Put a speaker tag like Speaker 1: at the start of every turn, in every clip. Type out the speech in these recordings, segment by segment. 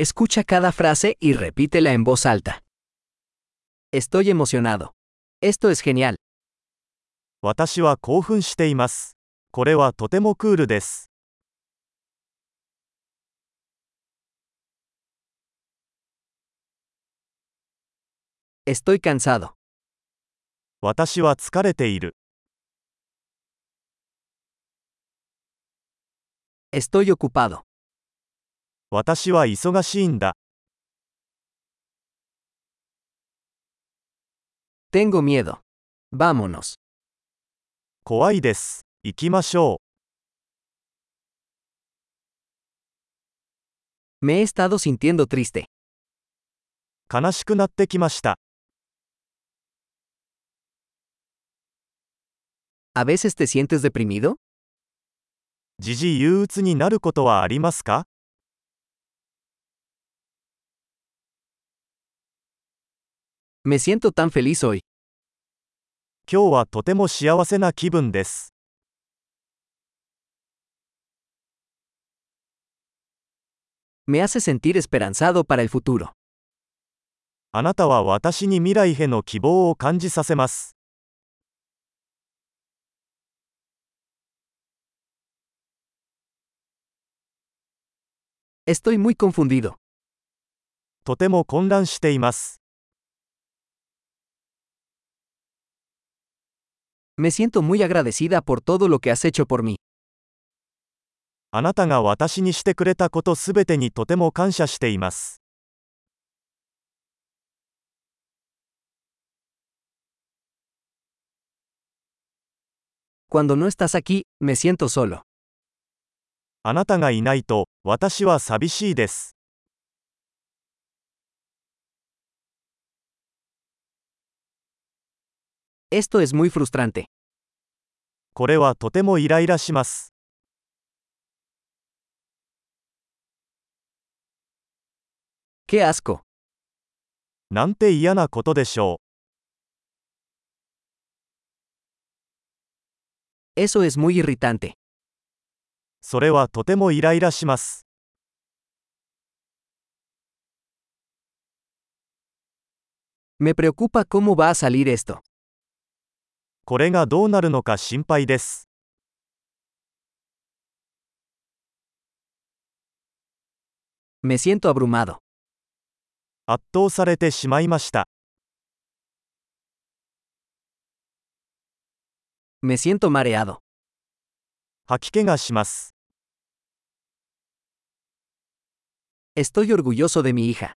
Speaker 1: Escucha cada frase y repítela en voz alta. Estoy emocionado. Esto es genial.
Speaker 2: 私は興奮しています。これはとてもクールです。
Speaker 1: Estoy cansado.
Speaker 2: 私は疲れている。
Speaker 1: Estoy ocupado.
Speaker 2: 私は忙しいんだ。
Speaker 1: Tengo miedo. Vámonos.
Speaker 2: 怖いです。行きましょ
Speaker 1: Me he estado sintiendo triste.
Speaker 2: う。悲しくなってきました。
Speaker 1: ¿A veces te sientes deprimido?
Speaker 2: 時々憂鬱になることはありますか
Speaker 1: Me siento tan feliz hoy.
Speaker 2: 今日はとても幸せな気分です。
Speaker 1: Me hace sentir esperanzado para el futuro.
Speaker 2: あなたは私に未来への希望を感じさせます。
Speaker 1: Estoy muy confundido.
Speaker 2: とても混乱しています。
Speaker 1: Me siento muy agradecida por todo lo que has hecho por mí.
Speaker 2: あなたが私にしてくれたことすべてにとても感謝しています。
Speaker 1: Cuando no estás aquí, me siento solo.
Speaker 2: あなたがいないと、私は寂しいです。
Speaker 1: Esto es muy frustrante.
Speaker 2: これはとてもイライラします。
Speaker 1: Qué asco.
Speaker 2: なんて嫌なことでしょう。
Speaker 1: Eso es muy irritante.
Speaker 2: それはとてもイライラします。
Speaker 1: Me preocupa cómo va a salir esto.
Speaker 2: これがどうなるのか心配です。
Speaker 1: Me siento abrumado.
Speaker 2: 圧倒されてしまいました。
Speaker 1: Me siento mareado.
Speaker 2: 吐き気がします。
Speaker 1: Estoy orgulloso de mi hija.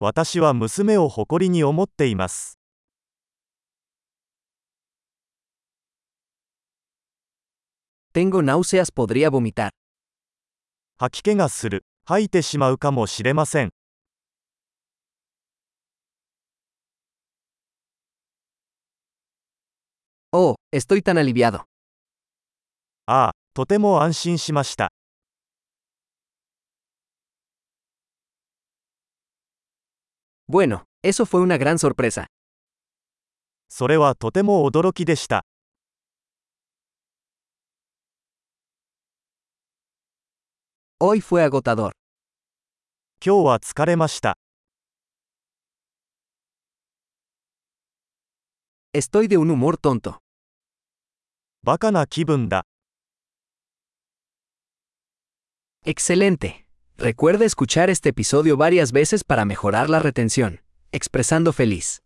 Speaker 2: 私は娘を誇りに思っています。
Speaker 1: Tengo náuseas, podría vomitar.
Speaker 2: 吐き気がする。吐いてしまうかもしれません。
Speaker 1: Oh, estoy tan aliviado.
Speaker 2: ああ、とても安心しました。
Speaker 1: Bueno, eso fue una gran sorpresa.
Speaker 2: それはとても驚きでした。
Speaker 1: Hoy fue agotador.
Speaker 2: 今日は疲れました。
Speaker 1: Estoy de un humor tonto.
Speaker 2: バカな気分だ。
Speaker 1: Excelente. Recuerda escuchar este episodio varias veces para mejorar la retención. Expresando feliz.